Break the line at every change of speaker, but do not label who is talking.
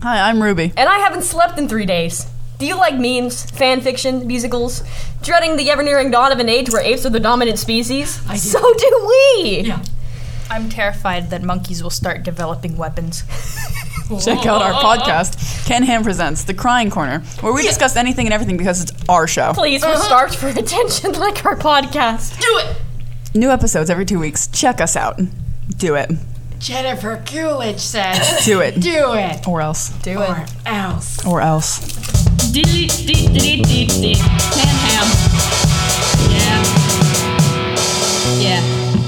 Hi, I'm Ruby.
And I haven't slept in three days. Do you like memes, fan fiction, musicals, dreading the ever nearing dawn of an age where apes are the dominant species?
do.
So do we!
Yeah.
I'm terrified that monkeys will start developing weapons.
Check out our podcast, Ken Ham Presents The Crying Corner, where we discuss anything and everything because it's our show.
Please,
Uh-huh.
we're starved for attention like our podcast.
Do it!
New episodes every two weeks. Check us out. Do it.
Jennifer Coolidge said,
Do it.
do it.
Or else.
Do it.
Or else.
Or else.
Diddly dee dee dee dee. Pan ham. Yeah. Yeah.